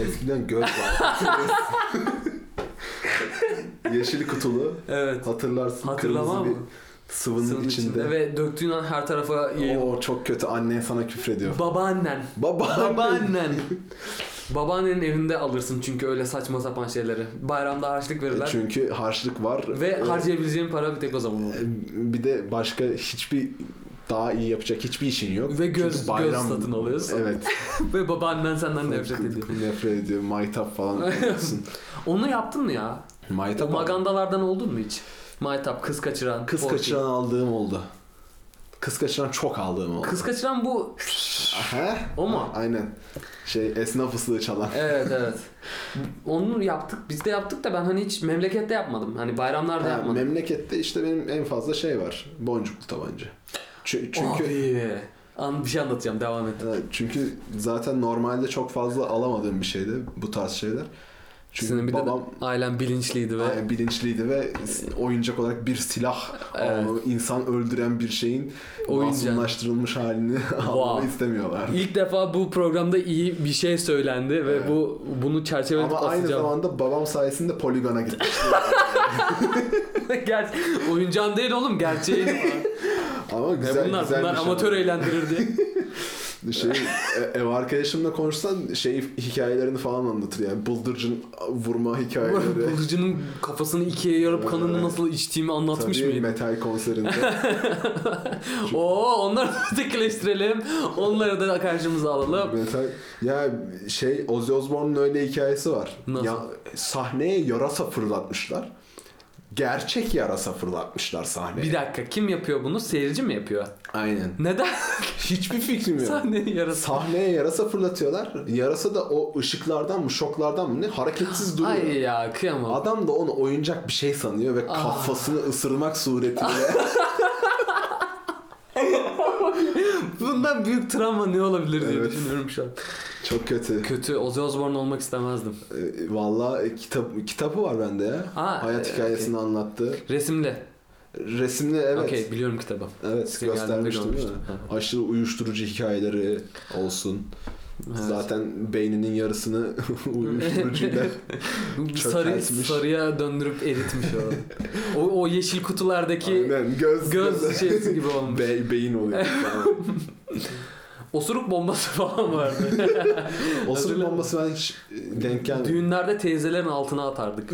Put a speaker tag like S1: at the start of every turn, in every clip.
S1: Eskiden göz var. Yeşil kutulu.
S2: evet.
S1: Hatırlarsın
S2: Hatırlama
S1: kırmızı
S2: mı?
S1: bir sıvının,
S2: Sınıf
S1: içinde.
S2: içinde. Ve döktüğün an her tarafa yayılıyor.
S1: Oo çok kötü annen sana küfrediyor.
S2: Babaannen.
S1: Baba.
S2: Babaannen. Babaannenin evinde alırsın çünkü öyle saçma sapan şeyleri. Bayramda harçlık
S1: E,
S2: verirler.
S1: Çünkü harçlık var.
S2: Ve
S1: E,
S2: harcayabileceğin para bir tek o zaman olur.
S1: e, bir de başka hiçbir daha iyi yapacak hiçbir işin yok.
S2: Ve göz-
S1: Çünkü
S2: göz satın alıyorsun.
S1: Evet.
S2: Ve babaannen senden nefret ediyor.
S1: Nefret ediyor. Maytap falan alıyorsun.
S2: Onu yaptın mı ya?
S1: Maytap
S2: O
S1: aldım.
S2: magandalardan oldun mu hiç? Maytap, kız kaçıran.
S1: Kız
S2: Porky.
S1: kaçıran aldığım oldu. Kız kaçıran çok aldığım oldu.
S2: Kız kaçıran bu.
S1: Aha.
S2: O mu?
S1: Aynen. Şey esnaf ıslığı çalan.
S2: Evet evet. Onu yaptık. Biz de yaptık da ben hani hiç memlekette yapmadım. Hani bayramlarda
S1: Ha,
S2: yapmadım.
S1: memlekette işte benim en fazla şey var. Boncuklu tabanca. Çü- çünkü
S2: Abi. An, bir şey anlatacağım devam et.
S1: Ha, çünkü zaten normalde çok fazla alamadığım bir şeydi bu tarz şeyler. Çünkü
S2: Senin bir
S1: babam
S2: de ailen bilinçliydi ve
S1: aynen bilinçliydi ve s- oyuncak olarak bir silah
S2: Evet.
S1: almamı, insan öldüren bir şeyin
S2: Oyuncak.
S1: masumlaştırılmış halini almamı istemiyorlar.
S2: ilk defa bu programda iyi bir şey söylendi ve
S1: Evet.
S2: bu bunu çerçeve
S1: Ama aynı
S2: asacağım.
S1: zamanda babam sayesinde poligona gitmişti.
S2: Ger oyuncağın değil oğlum gerçeğin.
S1: ama
S2: Ne
S1: güzel,
S2: bunlar?
S1: güzel
S2: bunlar
S1: bir şey.
S2: amatör eğlendirirdi.
S1: Şey, e- ev arkadaşımla konuşsan şey hikayelerini falan anlatır yani. Bıldırcın vurma hikayeleri.
S2: Bulucunun kafasını ikiye yarıp kanını
S1: Evet.
S2: nasıl içtiğimi anlatmış
S1: Tabii
S2: mıydı?
S1: metal konserinde.
S2: Oo onları da tekleştirelim. Onları da karşımıza alalım.
S1: Metal. Ya şey Ozzy Osbourne'un öyle hikayesi var.
S2: Nasıl?
S1: Ya, sahneye yarasa fırlatmışlar. Gerçek yarasa fırlatmışlar sahneye.
S2: Bir dakika kim yapıyor bunu? Seyirci mi yapıyor?
S1: Aynen.
S2: Neden
S1: Hiçbir fikrim yok.
S2: sahneyi yarasa?
S1: Sahneye yarasa fırlatıyorlar. Yarasa da o ışıklardan mı şoklardan mı ne hareketsiz duruyor.
S2: Ay ya kıyamam.
S1: Adam da onu oyuncak bir şey sanıyor ve
S2: Ah.
S1: kafasını ısırmak suretiyle
S2: Bundan büyük travma ne olabilir diye
S1: Evet.
S2: düşünüyorum şu an.
S1: çok kötü.
S2: Kötü Ozzy Osbourne olmak istemezdim.
S1: Ee, Vallahi e, kitap kitabı var bende ya.
S2: Ha,
S1: Hayat
S2: e,
S1: hikayesini anlattı.
S2: Resimli.
S1: Resimli evet.
S2: Okey biliyorum kitabı.
S1: Evet
S2: Size
S1: göstermiştim
S2: geldiğimde
S1: değil mi? Aşırı uyuşturucu hikayeleri olsun.
S2: Evet.
S1: Zaten beyninin yarısını uyuşturucuyla
S2: Sarı,
S1: çökertmiş.
S2: sarıya döndürüp eritmiş o. o, o yeşil kutulardaki
S1: Aynen, göz,
S2: göz şey- şeysi gibi olmuş.
S1: Be- beyin oluyor. Tamam.
S2: Osuruk bombası falan vardı.
S1: Osuruk
S2: Hatırlıyorum.
S1: bombası ben hiç e, denk gelmedim.
S2: Düğünlerde teyzelerin altına atardık.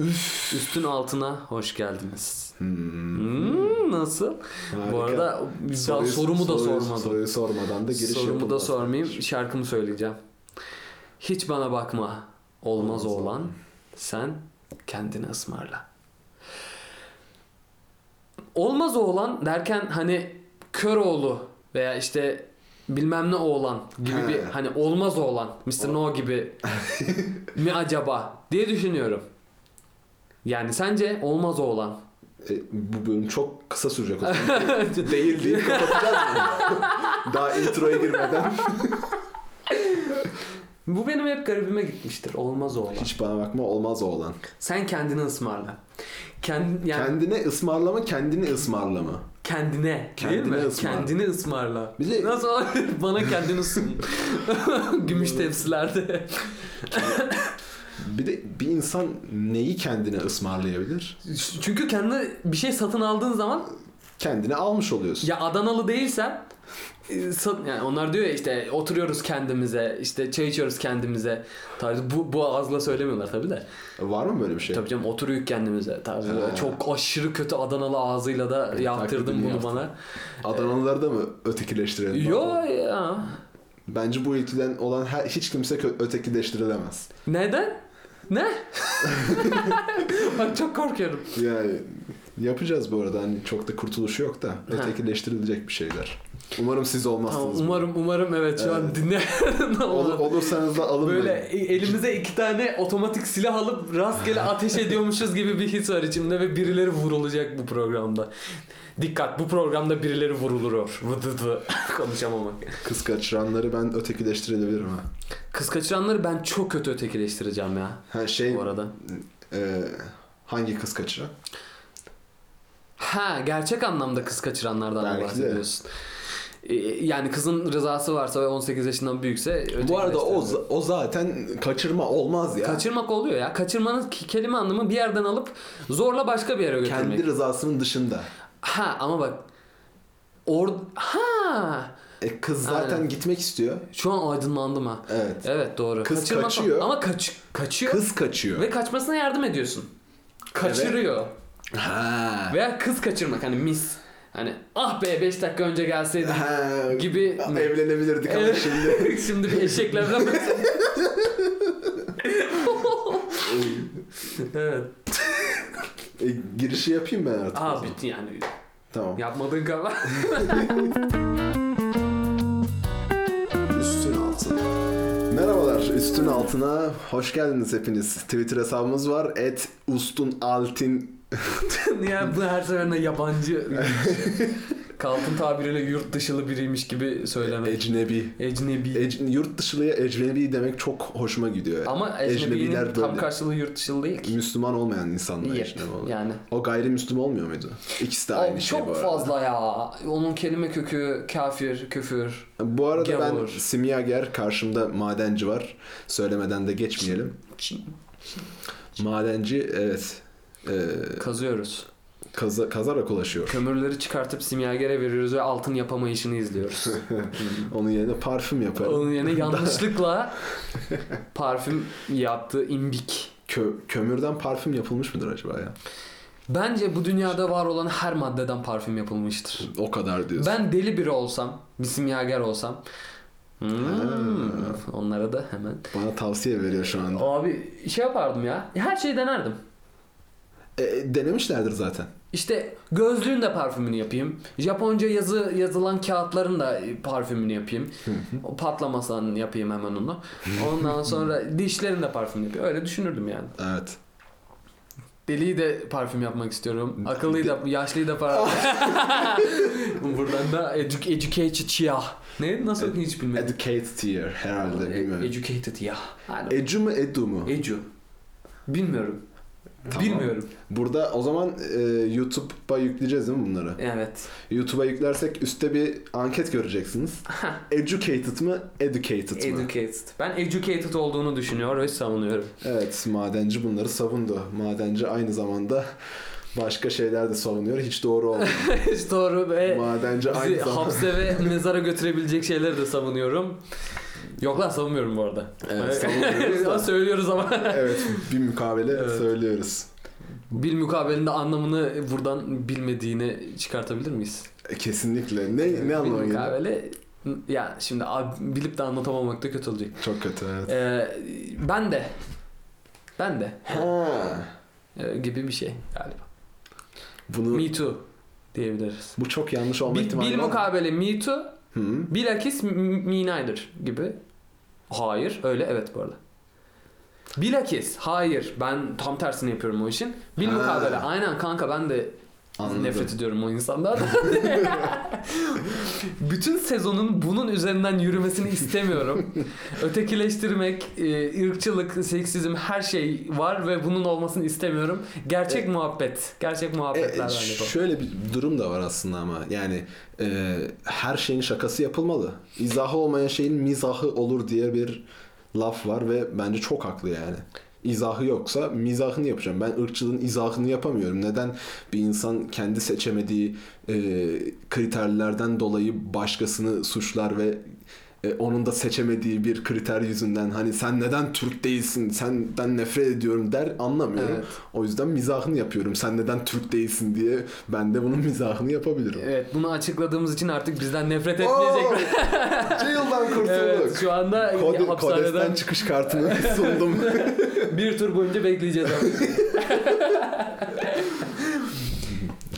S2: Üstün altına hoş geldiniz.
S1: Hmm,
S2: Hmm, nasıl? Bu
S1: harika.
S2: arada daha
S1: Soruyu-
S2: sorumu da
S1: soruyu-
S2: sormadım.
S1: Soruyu sormadan da giriş
S2: Sorumu da
S1: yapılmaz.
S2: sormayayım, şarkımı söyleyeceğim. Hiç bana bakma, olmaz
S1: Olmaz
S2: oğlan. Sen kendini ısmarla. Olmaz oğlan derken hani kör oğlu veya işte bilmem ne oğlan gibi
S1: He.
S2: bir hani olmaz oğlan Mr. No gibi mi acaba diye düşünüyorum. Yani sence olmaz oğlan.
S1: E, bu bölüm çok kısa sürecek o zaman. değil değil kapatacağız mı? Daha introya girmeden.
S2: Bu benim hep garibime gitmiştir. Olmaz oğlan.
S1: Hiç bana bakma olmaz oğlan.
S2: Sen kendini ısmarla. Kendi, yani
S1: Kendine ısmarlama kendini ısmarlama.
S2: Kendine.
S1: Kendine
S2: değil mi?
S1: ısmarla.
S2: Kendini ısmarla.
S1: Bir de-
S2: Nasıl olabilir? Bana kendini ısın. Gümüş tepsilerde.
S1: Bir de bir insan neyi kendine ısmarlayabilir?
S2: Çünkü kendine bir şey satın aldığın zaman
S1: Kendine almış oluyorsun.
S2: ya Adanalı değilsen e, sat- yani onlar diyor ya işte oturuyoruz kendimize işte çay içiyoruz kendimize tarzı bu, bu ağızla söylemiyorlar tabi de
S1: Var mı böyle bir şey?
S2: tabii canım oturuyuk kendimize tarzı
S1: Ha.
S2: çok aşırı kötü Adanalı ağzıyla da yaptırdım
S1: taklidini
S2: bunu
S1: yaptın.
S2: bana
S1: Adanalıları da mı ötekileştirelim?
S2: yo ya
S1: Bence bu ülkeden olan her, hiç kimse kö- ötekileştirilemez.
S2: Neden? Ne? Bak çok korkuyorum.
S1: Yani yapacağız bu arada hani çok da kurtuluşu yok da ötekileştirilecek bir şeyler. Umarım siz
S2: Tamam,
S1: olmazsınız.
S2: umarım umarım evet şu an
S1: Evet.
S2: dinleyen
S1: Ol-
S2: olan-
S1: olursanız da alınmayın.
S2: Böyle e, elimize iki tane otomatik silah alıp rastgele ateş ediyormuşuz gibi bir his var içimde ve birileri vurulacak bu programda. Dikkat bu programda birileri vuruluyor. Vıdı vı. Konuşamam bak.
S1: Kız kaçıranları ben ötekileştirebilirim ha.
S2: Kız kaçıranları ben çok kötü ötekileştireceğim ya
S1: Ha şey
S2: bu arada.
S1: e, hangi kız kaçıran?
S2: Ha gerçek anlamda kız kaçıranlardan
S1: Belki de.
S2: bahsediyorsun. E, yani kızın rızası varsa ve 18 yaşından büyükse
S1: Bu arada o,
S2: ötekileştirmiyor.
S1: za- o zaten kaçırma olmaz ya.
S2: Kaçırmak oluyor ya. Kaçırmanın ki- kelime anlamı bir yerden alıp zorla başka bir yere götürmek.
S1: Kendi rızasının dışında.
S2: Ha ama bak. Or ha.
S1: E, kız zaten
S2: Aynen.
S1: gitmek istiyor.
S2: Şu an aydınlandım ha.
S1: Evet.
S2: Evet doğru.
S1: Kız
S2: Kaçırmak-
S1: kaçıyor.
S2: Ama kaç kaçıyor
S1: Kız kaçıyor.
S2: ve kaçmasına yardım ediyorsun. Kaçırıyor.
S1: Ha.
S2: Veya kız kaçırmak hani mis. Hani ah be 5 dakika önce gelseydim.
S1: Ha.
S2: Gibi-
S1: evlenebilirdik ama
S2: Evet.
S1: şimdi.
S2: Şimdi bir eşekle evlenmek Evet.
S1: E, girişi yapayım ben artık.
S2: Aa bitti yani.
S1: Tamam.
S2: Yapmadığın kadar.
S1: Üstün altın. Merhabalar üstün altına hoş geldiniz hepiniz. Twitter hesabımız var. Et ustun altin.
S2: yani bu her seferinde yabancı. Kalkın tabiriyle yurt dışılı biriymiş gibi söylemek.
S1: Ecnebi.
S2: Ecnebi.
S1: Ec- yurt dışılıya ecnebi demek çok hoşuma gidiyor.
S2: Ama ecnebinin
S1: Ecnebiler
S2: tam
S1: böyle.
S2: karşılığı yurt dışılı değil ki.
S1: Müslüman olmayan insanlar
S2: Yep,
S1: ecnebi oluyor.
S2: Yani.
S1: O gayrimüslim olmuyor muydu? İkisi de
S2: Abi
S1: aynı şey bu
S2: çok
S1: arada.
S2: fazla ya. Onun kelime kökü kafir, küfür.
S1: Bu arada ben
S2: Gavur.
S1: simyager karşımda madenci var. Söylemeden de geçmeyelim. Madenci evet. Ee,
S2: Kazıyoruz.
S1: kaza, kazarak ulaşıyor.
S2: Kömürleri çıkartıp simyagere veriyoruz ve altın yapamayışını izliyoruz.
S1: Onun yerine parfüm yapar.
S2: Onun yerine yanlışlıkla parfüm yaptığı imbik.
S1: Kö- kömürden parfüm yapılmış mıdır acaba ya?
S2: Bence bu dünyada var olan her maddeden parfüm yapılmıştır.
S1: O kadar diyorsun.
S2: Ben deli biri olsam, bir simyager olsam. Hmm,
S1: Ha.
S2: onlara da hemen.
S1: Bana tavsiye veriyor şu anda.
S2: Abi şey yapardım ya. Her şeyi denerdim.
S1: E, denemişlerdir zaten.
S2: İşte gözlüğün de parfümünü yapayım. Japonca yazı yazılan kağıtların da parfümünü yapayım. o patlamasın yapayım hemen onu. Ondan sonra dişlerin de parfümünü yapayım. Öyle düşünürdüm yani.
S1: Evet.
S2: Deliyi de parfüm yapmak istiyorum. Akıllıyı da, yaşlıyı da parfüm. Buradan da edu- educated ya. Ne? Nasıl hiç bilmedim.
S1: Educate tier herhalde
S2: e,
S1: bilmiyorum.
S2: educated ya. Hani
S1: Ecu mu Edu mu?
S2: edu. Bilmiyorum.
S1: Tamam.
S2: Bilmiyorum.
S1: Burada o zaman e, YouTube'a yükleyeceğiz değil mi bunları?
S2: Evet.
S1: YouTube'a yüklersek üstte bir anket göreceksiniz. Educated mı? Educated mı?
S2: Educated. Ben educated olduğunu düşünüyor ve savunuyorum.
S1: evet madenci bunları savundu. Madenci aynı zamanda başka şeyler de savunuyor. Hiç doğru olmuyor.
S2: Hiç doğru ve
S1: madenci aynı
S2: E, bizi
S1: zamanda...
S2: hapse ve mezara götürebilecek şeyleri de savunuyorum. Yok lan savunmuyorum bu arada.
S1: Evet, savunuyoruz da.
S2: söylüyoruz ama.
S1: evet bir mukabele
S2: Evet.
S1: söylüyoruz.
S2: Bil mukabelinde anlamını buradan bilmediğini çıkartabilir miyiz?
S1: E, Kesinlikle. Ne, ne anlamı
S2: Bil
S1: geliyor?
S2: mukabele ya şimdi ab- bilip de anlatamamak da kötü olacak.
S1: Çok kötü evet.
S2: Ee, ben de ben de
S1: Ha.
S2: Ee, gibi bir şey galiba.
S1: Bunu
S2: Me too diyebiliriz.
S1: bu çok yanlış olma
S2: Bil,
S1: ihtimali
S2: bil
S1: var. mı?
S2: mukabele me too
S1: Hı.
S2: Bilakis m- me neither gibi. Hayır öyle evet bu arada. Bilakis hayır ben tam tersini yapıyorum o işin. Bil
S1: Ha.
S2: mukabele aynen kanka ben de
S1: Anladım.
S2: nefret ediyorum o insanlardan. Bütün sezonun bunun üzerinden yürümesini istemiyorum. Ötekileştirmek, e, ırkçılık, seksizm her şey var ve bunun olmasını istemiyorum. Gerçek muhabbet. Gerçek
S1: E,
S2: muhabbetler
S1: e,
S2: bence bu.
S1: şöyle bir durum da var aslında ama yani e, her şeyin şakası yapılmalı. İzahı olmayan şeyin mizahı olur diye bir laf var ve bence çok haklı yani. İzahı yoksa mizahını yapacağım. Ben ırkçılığın izahını yapamıyorum. Neden bir insan kendi seçemediği e, kriterlerden dolayı başkasını suçlar ve e, onun da seçemediği bir kriter yüzünden hani sen neden Türk değilsin, senden nefret ediyorum der anlamıyorum.
S2: Evet.
S1: O yüzden mizahını yapıyorum. Sen neden Türk değilsin diye ben de bunun mizahını yapabilirim.
S2: Evet bunu açıkladığımız için artık bizden nefret etmeyecek.
S1: Oo! Jail'dan kurtulduk.
S2: Evet şu anda
S1: Kod-
S2: hapishaneden
S1: Kodes'ten çıkış kartını sundum.
S2: bir tur boyunca bekleyeceğiz abi.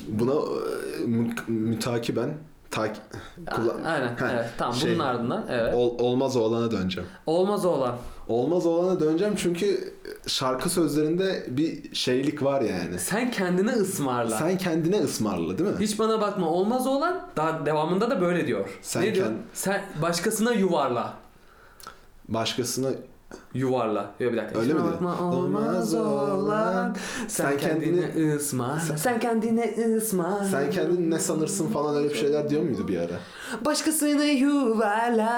S1: Buna e, mü- mütakiben tak- Kula-
S2: Aynen
S1: Heh,
S2: evet tamam
S1: şey-
S2: bunun ardından evet.
S1: Ol- olmaz oğlana döneceğim.
S2: Olmaz olan
S1: Olmaz oğlana döneceğim çünkü şarkı sözlerinde bir şeylik var yani.
S2: sen kendini ısmarla.
S1: Sen kendine ısmarla değil mi?
S2: Hiç bana bakma olmaz olan daha devamında da böyle diyor.
S1: Sen
S2: ne diyor?
S1: kend-
S2: Sen başkasına yuvarla.
S1: Başkasına
S2: Yuvarla. Ya bir dakika.
S1: Öyle mi dedi?
S2: Bakma olmaz olan. Sen
S1: Sen
S2: kendini ısma.
S1: Sen-
S2: Sen kendini ısma.
S1: Sen kendini ne sanırsın falan öyle bir şeyler diyor muydu bir ara?
S2: Başkasını yuvarla.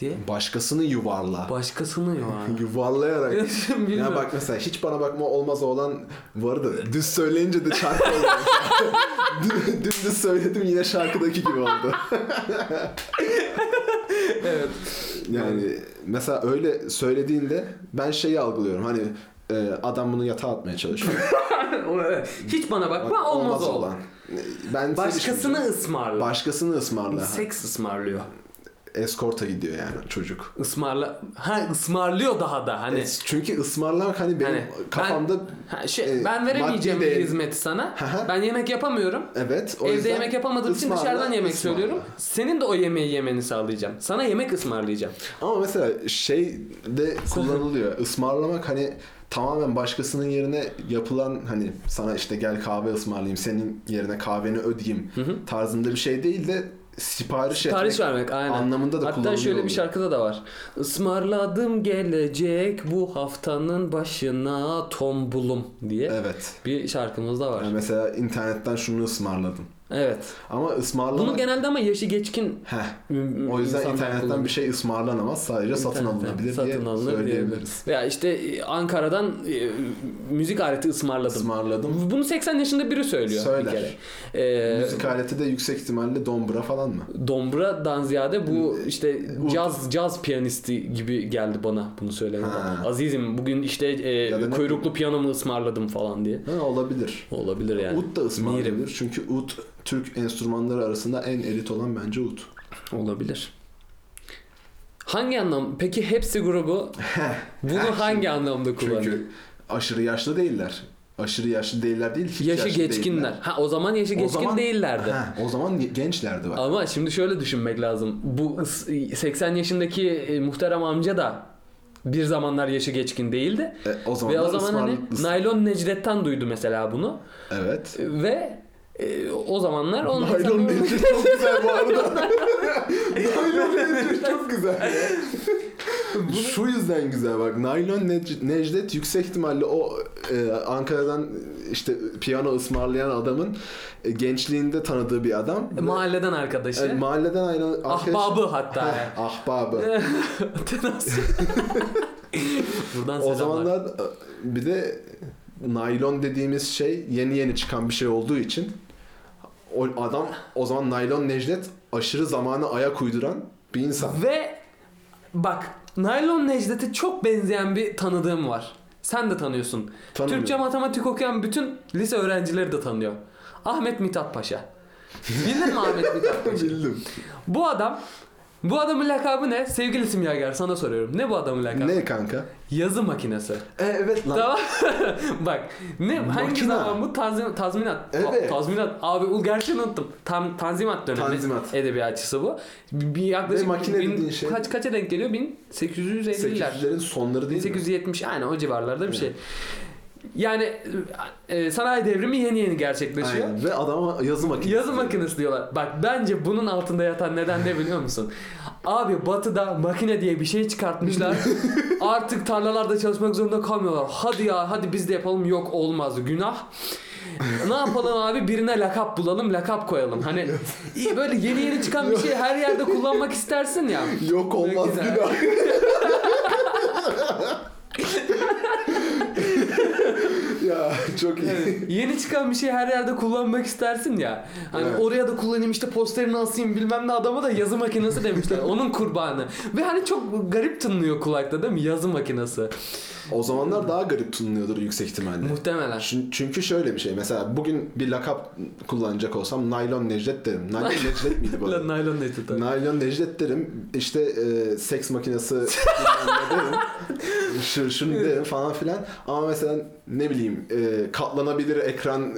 S2: Diye.
S1: Başkasını yuvarla.
S2: Başkasını yuvarla.
S1: Yuvarlayarak.
S2: Bilmiyorum.
S1: ya bak mesela hiç bana bakma olmaz olan vardı. Düz söyleyince de şarkı oldu. Dü- Dümdüz söyledim yine şarkıdaki gibi oldu.
S2: Evet.
S1: Yani mesela öyle söylediğinde ben şeyi algılıyorum hani e, adam bunu yatağa atmaya çalışıyor.
S2: Hiç bana bakma olmaz olan.
S1: Ben size
S2: Başkasını
S1: düşüneceğim.
S2: ısmarla.
S1: Başkasını ısmarla.
S2: Seks ısmarlıyor.
S1: Eskorta gidiyor yani çocuk.
S2: Ismarla. Ha ısmarlıyor daha da hani.
S1: Es- Çünkü ısmarlamak hani benim
S2: Hani ben-
S1: kafamda
S2: Ha, şey,
S1: e,
S2: ben veremeyeceğim
S1: maddi
S2: bir
S1: değer-
S2: hizmeti sana.
S1: Aha.
S2: ben yemek yapamıyorum.
S1: evet o
S2: Evde
S1: yüzden
S2: yemek yapamadığım için
S1: ısmarla,
S2: dışarıdan yemek
S1: ısmarla.
S2: söylüyorum. Senin de o yemeği yemeni sağlayacağım. Sana yemek ısmarlayacağım.
S1: Ama mesela şey de kullanılıyor. Ismarlamak hani tamamen başkasının yerine yapılan hani sana işte gel kahve ısmarlayayım senin yerine kahveni ödeyeyim tarzında bir şey değil de sipariş,
S2: Tarih
S1: etmek
S2: vermek aynen.
S1: Şey, anlamında da
S2: Hatta
S1: kullanılıyor.
S2: şöyle bir
S1: oluyor.
S2: şarkıda da var. Ismarladım gelecek bu haftanın başına tombulum diye
S1: Evet.
S2: bir şarkımız da var.
S1: Yani mesela internetten şunu ısmarladım.
S2: Evet.
S1: Ama ısmarlamak...
S2: Bunu genelde ama yaşı geçkin
S1: Heh.
S2: m-
S1: O yüzden
S2: insanlar
S1: internetten
S2: kullanıyor.
S1: bir şey ısmarlanamaz. Sadece satın
S2: İnternetten
S1: alınabilir
S2: satın
S1: diye
S2: alınır
S1: söyleyebiliriz.
S2: diyebiliriz. Veya işte e, Ankara'dan e, müzik aleti ısmarladım.
S1: Ismarladım.
S2: Bunu 80 yaşında biri söylüyor
S1: Söyler.
S2: bir kere. Ee,
S1: Müzik aleti de yüksek ihtimalle dombra falan mı?
S2: Dombra'dan ziyade bu işte
S1: bu-
S2: caz caz piyanisti gibi geldi bana bunu söyledi.
S1: Ha.
S2: Azizim bugün işte e,
S1: Ya da ne-
S2: kuyruklu piyanomu ısmarladım falan diye.
S1: Ha, olabilir.
S2: Olabilir yani.
S1: Ud da ısmarlayabilir.
S2: Mirim.
S1: Çünkü ud Türk enstrümanları arasında en elit olan bence ud.
S2: Olabilir. Hangi anlam? Peki hepsi grubu bunu hangi anlamda kullanıyor?
S1: Çünkü aşırı yaşlı değiller. Aşırı yaşlı değiller değil, hiç
S2: yaşı
S1: yaşlı
S2: geçkinler.
S1: değiller.
S2: Ha o zaman yaşı
S1: O
S2: geçkin
S1: zaman-
S2: değillerdi.
S1: Ha, o zaman ye- gençlerdi bak.
S2: Ama şimdi şöyle düşünmek lazım. Bu ıs- 80 yaşındaki e, muhterem amca da bir zamanlar yaşı geçkin değildi.
S1: E, o zaman
S2: Ve o zaman hani Naylon Necdet'ten duydu mesela bunu.
S1: Evet.
S2: Ve e, o zamanlar onun
S1: Naylon Necdet çok güzel bu arada. Naylon Necdet çok güzel. ya. Şu yüzden güzel bak. Naylon Nec- Necdet yüksek ihtimalle o e, Ankara'dan işte piyano ısmarlayan adamın e, gençliğinde tanıdığı bir adam. Ve-
S2: mahalleden
S1: E,
S2: arkadaşı.
S1: mahalleden ayrılan arkadaş-
S2: Ahbabı hatta
S1: Heh,
S2: yani. E,
S1: ahbabı.
S2: Nasıl? Buradan
S1: o
S2: selamlar.
S1: zamanlar e, bir de naylon dediğimiz şey yeni yeni çıkan bir şey olduğu için o adam o zaman naylon Necdet aşırı zamana ayak uyduran bir insan.
S2: Ve bak Naylon Necdet'e çok benzeyen bir tanıdığım var. Sen de tanıyorsun.
S1: Tanımıyorum.
S2: Türkçe matematik okuyan bütün lise öğrencileri de tanıyor. Ahmet Mithat Paşa. Bildin mi Ahmet Mithat Paşa?
S1: Bildim.
S2: bu adam bu adamın lakabı ne? Sevgili Simyager sana soruyorum. Ne bu adamın lakabı?
S1: Ne kanka?
S2: Yazı makinesi.
S1: E, evet lan.
S2: Tamam. Bak ne hangi
S1: Makina.
S2: zaman bu Tanzim- tazminat. Ta-
S1: Evet.
S2: tazminat. Abi ul gerçeğini unuttum. Tam tanzimat dönemi.
S1: Tanzimat.
S2: Edebiyatçısı bu. Bir, bir yaklaşık
S1: Ve makine
S2: bin-
S1: dediğin şey-
S2: kaç kaça denk geliyor? 1850'ler.
S1: 800'lerin sonları değil mi?
S2: 1870 aynen o civarlarda bir şey. Yani e, sanayi devrimi yeni yeni gerçekleşiyor.
S1: Aynen. Ve adama yazı makinesi.
S2: Yazı makinesi diyorlar. Bak bence bunun altında yatan neden ne biliyor musun? Abi batıda makine diye bir şey çıkartmışlar. Artık tarlalarda çalışmak zorunda kalmıyorlar. Hadi ya hadi biz de yapalım. Yok olmaz günah. ne yapalım abi birine lakap bulalım lakap koyalım. Hani iyi böyle yeni yeni çıkan bir şeyi her yerde kullanmak istersin ya.
S1: Yok olmaz
S2: Güzel.
S1: günah. ya çok iyi.
S2: Yeni çıkan bir şeyi her yerde kullanmak istersin ya. Hani
S1: Evet.
S2: oraya da kullanayım işte posterini asayım bilmem ne adama da yazı makinesi demişler. Onun kurbanı. Ve hani çok garip tınlıyor kulakta değil mi? Yazı makinesi.
S1: O zamanlar daha garip tınlıyordur yüksek ihtimalle.
S2: Muhtemelen.
S1: Çün- Çünkü şöyle bir şey. Mesela bugün bir lakap kullanacak olsam Naylon Necdet derim. Naylon Necdet miydi bu? arada?
S2: Lan naylon neydi tabii.
S1: Naylon Necdet derim. İşte e, seks makinesi bilmem ne derim. şır şunu derim falan filan. Ama mesela ne bileyim e, katlanabilir ekran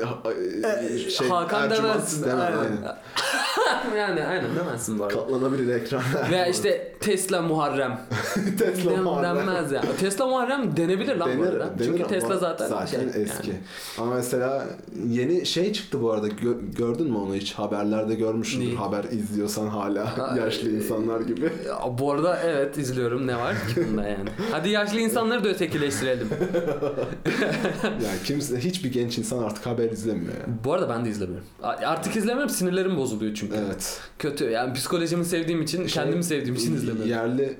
S1: e, şey
S2: Hakan
S1: Ercüment
S2: demezsin.
S1: demem,
S2: aynen.
S1: aynen.
S2: yani aynen demezsin bu arada.
S1: Katlanabilir ekran.
S2: Veya işte Tesla Muharrem.
S1: Tesla
S2: Dem-
S1: muhabbeti.
S2: Denmez ya. Tesla Muharrem denebilir lan bu
S1: Denir,
S2: arada.
S1: denir
S2: Çünkü
S1: ama
S2: Tesla zaten,
S1: zaten
S2: şey,
S1: eski.
S2: yani.
S1: Ama mesela yeni şey çıktı bu arada. Gö- gördün mü onu hiç? Haberlerde görmüşsündür.
S2: Neyi?
S1: Haber izliyorsan hala
S2: Ha,
S1: yaşlı
S2: e-
S1: insanlar gibi.
S2: Ya, bu arada evet izliyorum ne var ki bunda yani. Hadi yaşlı insanları da ötekileştirelim.
S1: yani kimse hiçbir genç insan artık haber izlemiyor. yani.
S2: Bu arada ben de izlemiyorum. A- Artık izlemiyorum sinirlerim bozuluyor çünkü.
S1: Evet. Şey,
S2: Kötü yani psikolojimi sevdiğim için, kendimi sevdiğim için izlemiyorum.
S1: Yerli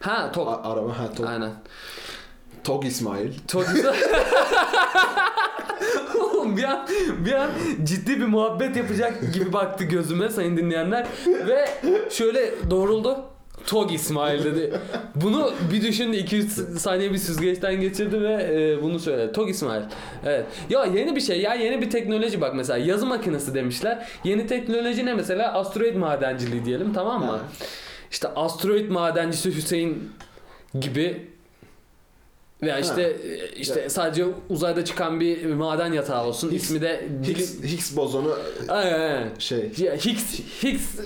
S2: Ha Tok.
S1: a- araba ha Tok,
S2: Aynen.
S1: Tok İsmail.
S2: Çok güzel. Oğlum bir an, bir an ciddi bir muhabbet yapacak gibi baktı gözüme sayın dinleyenler ve şöyle doğruldu. Tog İsmail dedi. Bunu bir düşündü 2-3 saniye bir süzgeçten geçirdi ve e, bunu söyledi. Tog İsmail. Evet. Ya yeni bir şey ya yeni bir teknoloji bak mesela yazı makinesi demişler. Yeni teknoloji ne mesela? Asteroid madenciliği diyelim tamam mı?
S1: Ha.
S2: İşte asteroid madencisi Hüseyin gibi veya işte e, işte sadece uzayda çıkan bir maden yatağı olsun.
S1: Higgs-
S2: İsmi de
S1: Higgs, Higgs bozonu
S2: Aynen, aynen.
S1: şey.
S2: Ya Higgs Higgs e,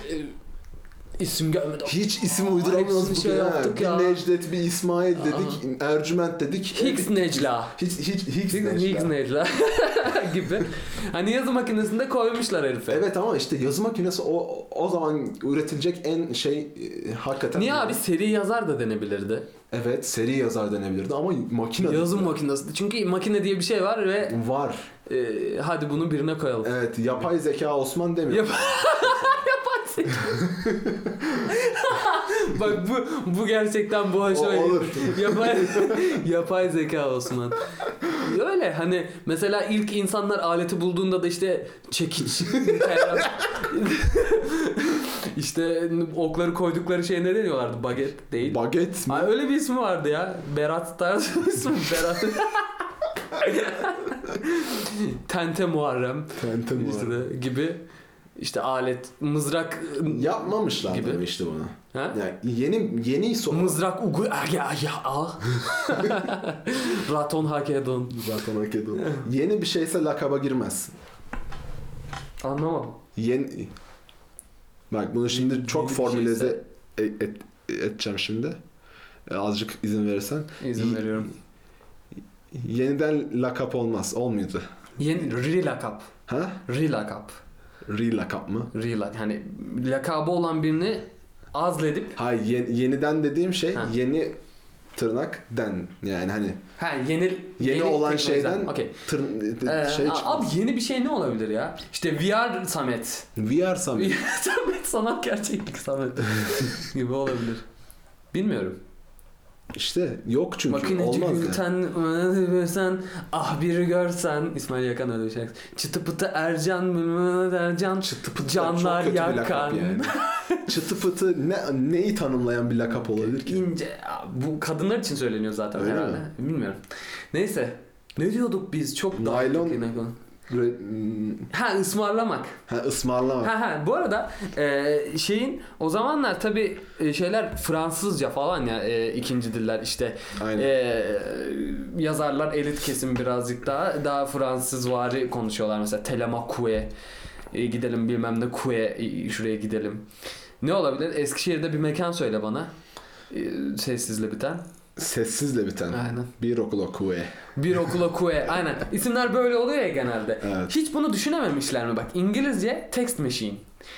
S2: isim gelmedi.
S1: Hiç isim
S2: Hepsini
S1: uyduramıyoruz bugün.
S2: şey
S1: ha.
S2: yaptık ya.
S1: Bir Necdet, bir İsmail dedik, Ercüment dedik.
S2: Higgs Necla.
S1: Hiç, hiç, Higgs, Necdet.
S2: Higgs Necla gibi. Hani yazı makinesinde koymuşlar herife.
S1: Evet ama işte yazı makinesi o o zaman üretilecek en şey e, hakikaten.
S2: Niye abi seri yazar da denebilirdi.
S1: Evet seri yazar denebilirdi ama makine
S2: Yazım makinesi. Çünkü makine diye bir şey var ve
S1: var.
S2: e, hadi bunu birine koyalım.
S1: Evet yapay zeka Osman demiyor.
S2: Yap- Yapay zeka. Bak bu bu gerçekten bu
S1: O
S2: hoşuma
S1: olur.
S2: gitti. Yapay, yapay zeka Osman. Öyle hani mesela ilk insanlar aleti bulduğunda da işte çekiç, telgraf- işte okları koydukları şey ne deniyorlardı? Baget değil.
S1: Baget mi?
S2: Ay öyle bir ismi vardı ya. Berat tarzı bir ismi Berat. Tente Muharrem
S1: Tenten var.
S2: işte de gibi işte alet mızrak
S1: Yapmamışlar
S2: Gibi.
S1: demişti bunu.
S2: ha?
S1: Yani yeni yeni soru.
S2: Mızrak ugu ya ya a. Raton hakedon.
S1: Zaten hak ediyor. Yeni bir şeyse lakaba girmez.
S2: Anlamadım.
S1: Yeni Bak bunu şimdi çok
S2: Yeni bir
S1: formülize e- et- edeceğim şimdi. E, Azıcık izin verirsen.
S2: İzin veriyorum.
S1: Yeniden lakap olmaz. Olmuyordu.
S2: Yeni re lakap.
S1: Ha?
S2: Re lakap.
S1: Re lakap mı?
S2: Re lak- hani lakabı olan birini azledip
S1: Hayır ye- yeniden dediğim şey
S2: Ha.
S1: yeni tırnak den yani hani
S2: ha yeni yeni,
S1: yeni, olan
S2: teknolojiden.
S1: şeyden
S2: Okey.
S1: tır-
S2: Ee,
S1: şey çıkmaz.
S2: abi yeni bir şey ne olabilir ya? İşte VR Samet.
S1: VR Summit.
S2: VR Samet sanat gerçeklik Samet gibi olabilir. Bilmiyorum.
S1: İşte yok çünkü
S2: Makineci
S1: olmaz yani.
S2: Gülten ıı, görsen ah bir görsen İsmail Yakan öyle bir şey. Çıtı pıtı Ercan bilmem ne Ercan
S1: Çıtı pıtı
S2: canlar
S1: çok kötü bir
S2: yakan.
S1: lakap yani. Çıtı pıtı ne, neyi tanımlayan bir lakap olabilir ki?
S2: ince Ya bu kadınlar için söyleniyor zaten
S1: Öyle
S2: herhalde. Bilmiyorum. Neyse. Ne diyorduk biz? Çok dağıttık
S1: Naylon-
S2: yine konu.
S1: Re- hmm,
S2: Ha ısmarlamak.
S1: ha, ısmarlama.
S2: Ha ha bu arada e, şeyin o zamanlar tabi şeyler Fransızca falan ya e, ikinci diller işte
S1: Aynen.
S2: e, yazarlar elit kesim birazcık daha daha Fransız vari konuşuyorlar mesela telema kue E, gidelim bilmem ne kue e, şuraya gidelim. Ne olabilir? Eskişehir'de bir mekan söyle bana. E, sessizle biten.
S1: Sessizle biten.
S2: Aynen.
S1: Bir okula kue.
S2: Bir okula kue. Aynen. İsimler böyle oluyor ya genelde.
S1: Evet.
S2: Hiç bunu düşünememişler mi? Bak İngilizce text machine.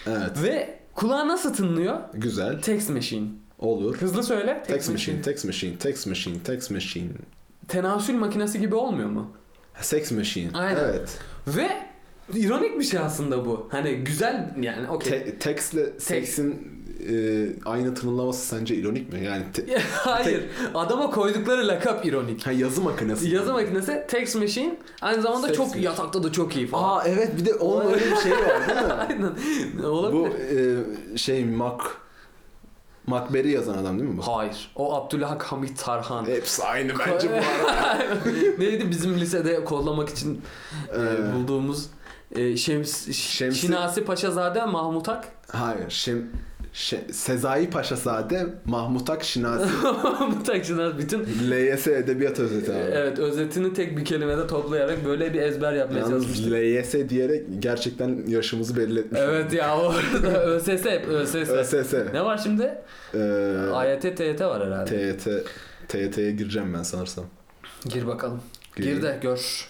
S1: Evet.
S2: Ve kulağa nasıl tınlıyor?
S1: Güzel.
S2: Text machine.
S1: Olur.
S2: Hızlı söyle.
S1: Text machine, text machine, text machine, text machine.
S2: Tenasül makinesi gibi olmuyor mu?
S1: Sex machine.
S2: Aynen.
S1: Evet.
S2: Ve ironik bir şey aslında bu. Hani güzel yani okey.
S1: Te- textle seksin e, aynı tınlaması sence ironik mi? Yani te-
S2: Hayır. Adama koydukları lakap ironik.
S1: ha, yazı makinesi.
S2: Yazı makinesi text machine aynı zamanda
S1: Text
S2: çok
S1: machine.
S2: yatakta da çok iyi falan.
S1: Aa evet bir de onun öyle bir şeyi var değil mi?
S2: Aynen.
S1: bu
S2: Olabilir.
S1: e, şey Mac Macberry yazan adam değil mi bu?
S2: Hayır. O Abdülhak Hamit Tarhan.
S1: Hepsi aynı bence bu arada.
S2: Neydi bizim lisede kollamak için e,
S1: Ee.
S2: bulduğumuz e, Şems, Ş-
S1: Şemsi-
S2: Şinasi Paşazade Mahmut Ak.
S1: Hayır. Şem, Şe- Sezai Paşazade Mahmut Akşinasi.
S2: Mutakçılar bütün
S1: LYS Edebiyat Özeti abi.
S2: evet özetini tek bir kelimede toplayarak böyle bir ezber yapmaya çalışmıştık.
S1: Yalnız LYS diyerek gerçekten yaşımızı belli etmiş.
S2: Evet ya orada ÖSS hep ÖSS.
S1: ÖSS.
S2: Ne var şimdi?
S1: Ee,
S2: AYT, TYT var herhalde.
S1: TYT. TYT'ye gireceğim ben sanırsam.
S2: Gir bakalım. Gir
S1: Gireyim.
S2: de gör.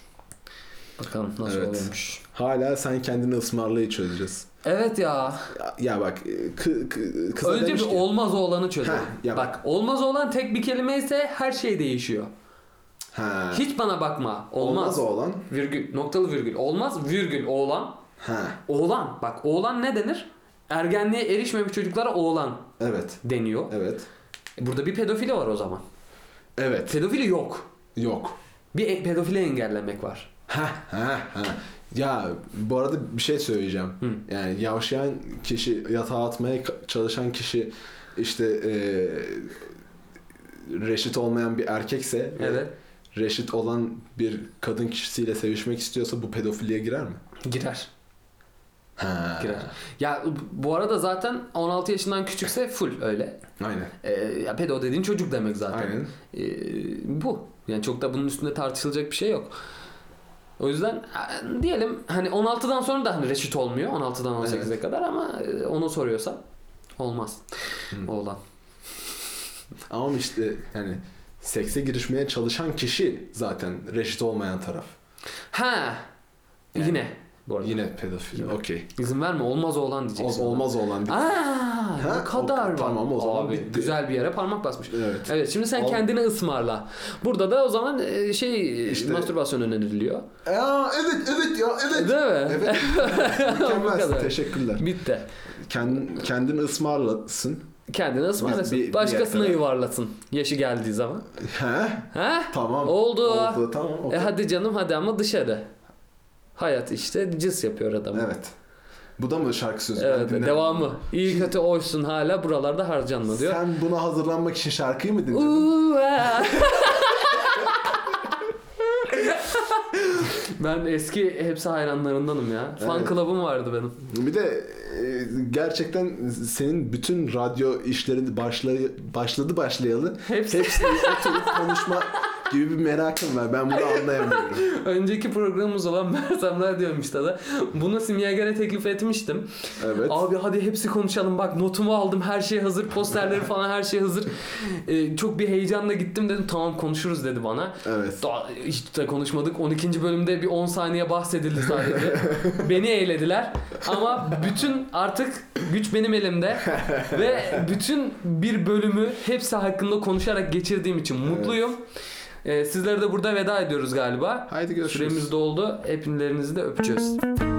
S2: Bakalım nasıl
S1: Evet.
S2: oluyormuş.
S1: Hala sen kendini ısmarlayı çözeceğiz.
S2: Evet ya.
S1: Ya, ya bak e, kı, kı, kıza
S2: Önce bir
S1: demiş ki,
S2: olmaz olanı çözelim.
S1: Heh, ya
S2: bak olmaz olan tek bir kelime ise her şey değişiyor.
S1: ha,
S2: Hiç bana bakma. Olmaz.
S1: olmaz oğlan.
S2: Virgül, noktalı virgül. Olmaz virgül oğlan.
S1: Ha,
S2: Oğlan. Bak oğlan ne denir? Ergenliğe erişmemiş çocuklara oğlan
S1: evet.
S2: deniyor.
S1: Evet.
S2: E, Burada bir pedofili var o zaman.
S1: Evet.
S2: Pedofili yok.
S1: Yok.
S2: Bir e- pedofili engellemek var.
S1: Ha ha ha. Ya bu arada bir şey söyleyeceğim.
S2: Hı.
S1: Yani yavşayan kişi, yatağa atmaya ka- çalışan kişi işte eee reşit olmayan bir erkekse ve
S2: Evet.
S1: reşit olan bir kadın kişisiyle sevişmek istiyorsa bu pedofiliye girer mi?
S2: Girer.
S1: Ha.
S2: Girer. Ya bu arada zaten 16 yaşından küçükse full öyle.
S1: Aynen.
S2: E, ya pedo dediğin çocuk demek zaten.
S1: Aynen.
S2: Ee, bu. Yani çok da bunun üstünde tartışılacak bir şey yok. O yüzden e, diyelim hani 16'dan sonra da hani reşit olmuyor 16'dan 18'e kadar ama e, onu soruyorsa olmaz.
S1: Hı.
S2: Oğlan.
S1: Ama işte yani sekse girişmeye çalışan kişi zaten reşit olmayan taraf.
S2: Ha.
S1: Yani.
S2: Yine. Bu arada.
S1: Yine pedofil.
S2: Evet.
S1: Okey.
S2: İzin verme olmaz oğlan
S1: Ol-
S2: diyeceksin.
S1: Olmaz olan bir.
S2: Aa,
S1: Ha,
S2: ne kadar
S1: o-
S2: var.
S1: tamam, o zaman
S2: Abi,
S1: bitti.
S2: güzel bir yere parmak basmış.
S1: Evet.
S2: Evet şimdi sen
S1: Al.
S2: kendini ısmarla. Burada da o zaman e, şey
S1: İşte-
S2: mastürbasyon öneriliyor.
S1: Aa, evet evet ya evet.
S2: Değil mi?
S1: Evet.
S2: Bu kadar.
S1: Mükemmelsin. Teşekkürler.
S2: Bitti.
S1: Kendin, kendini ısmarlasın.
S2: Kendini ısmarlasın.
S1: Bir- bir- bir
S2: Başkasına
S1: yere kadar.
S2: yuvarlasın. Yaşı geldiği zaman.
S1: He?
S2: Ha?
S1: Tamam.
S2: Oldu.
S1: Oldu tamam. okey.
S2: E hadi canım hadi ama dışarı. Hayat işte cız yapıyor adam. Evet.
S1: Evet. Bu da mı şarkı sözü? Ben dinlemedim.
S2: devamı. İyi kötü oysun hala buralarda harcanma diyor.
S1: Sen buna hazırlanmak için şarkıyı mı dinledin?
S2: Uva. ben eski hepsi hayranlarındanım ya. Fan
S1: Evet.
S2: club'um vardı benim.
S1: Bir de e, gerçekten senin bütün radyo işlerin başları, başladı başlayalı
S2: Hepsi.
S1: hepsini oturup konuşma gibi bir merakım var. Ben bunu anlayamıyorum.
S2: Önceki programımız olan Mersemler diyorum işte da. Bunu simyagere teklif etmiştim.
S1: Evet.
S2: Abi hadi hepsi konuşalım bak notumu aldım her şey hazır posterleri falan her şey hazır. Ee, çok bir heyecanla gittim dedim tamam konuşuruz dedi bana.
S1: Evet.
S2: Daha hiç de konuşmadık 12. bölümde bir 10 saniye bahsedildi sadece. Beni eğlediler ama bütün artık güç benim elimde ve bütün bir bölümü hepsi hakkında konuşarak geçirdiğim için mutluyum. Ee, sizlere de burada veda ediyoruz galiba.
S1: Haydi görüşürüz.
S2: Süremiz doldu. Hepinizi de öpeceğiz.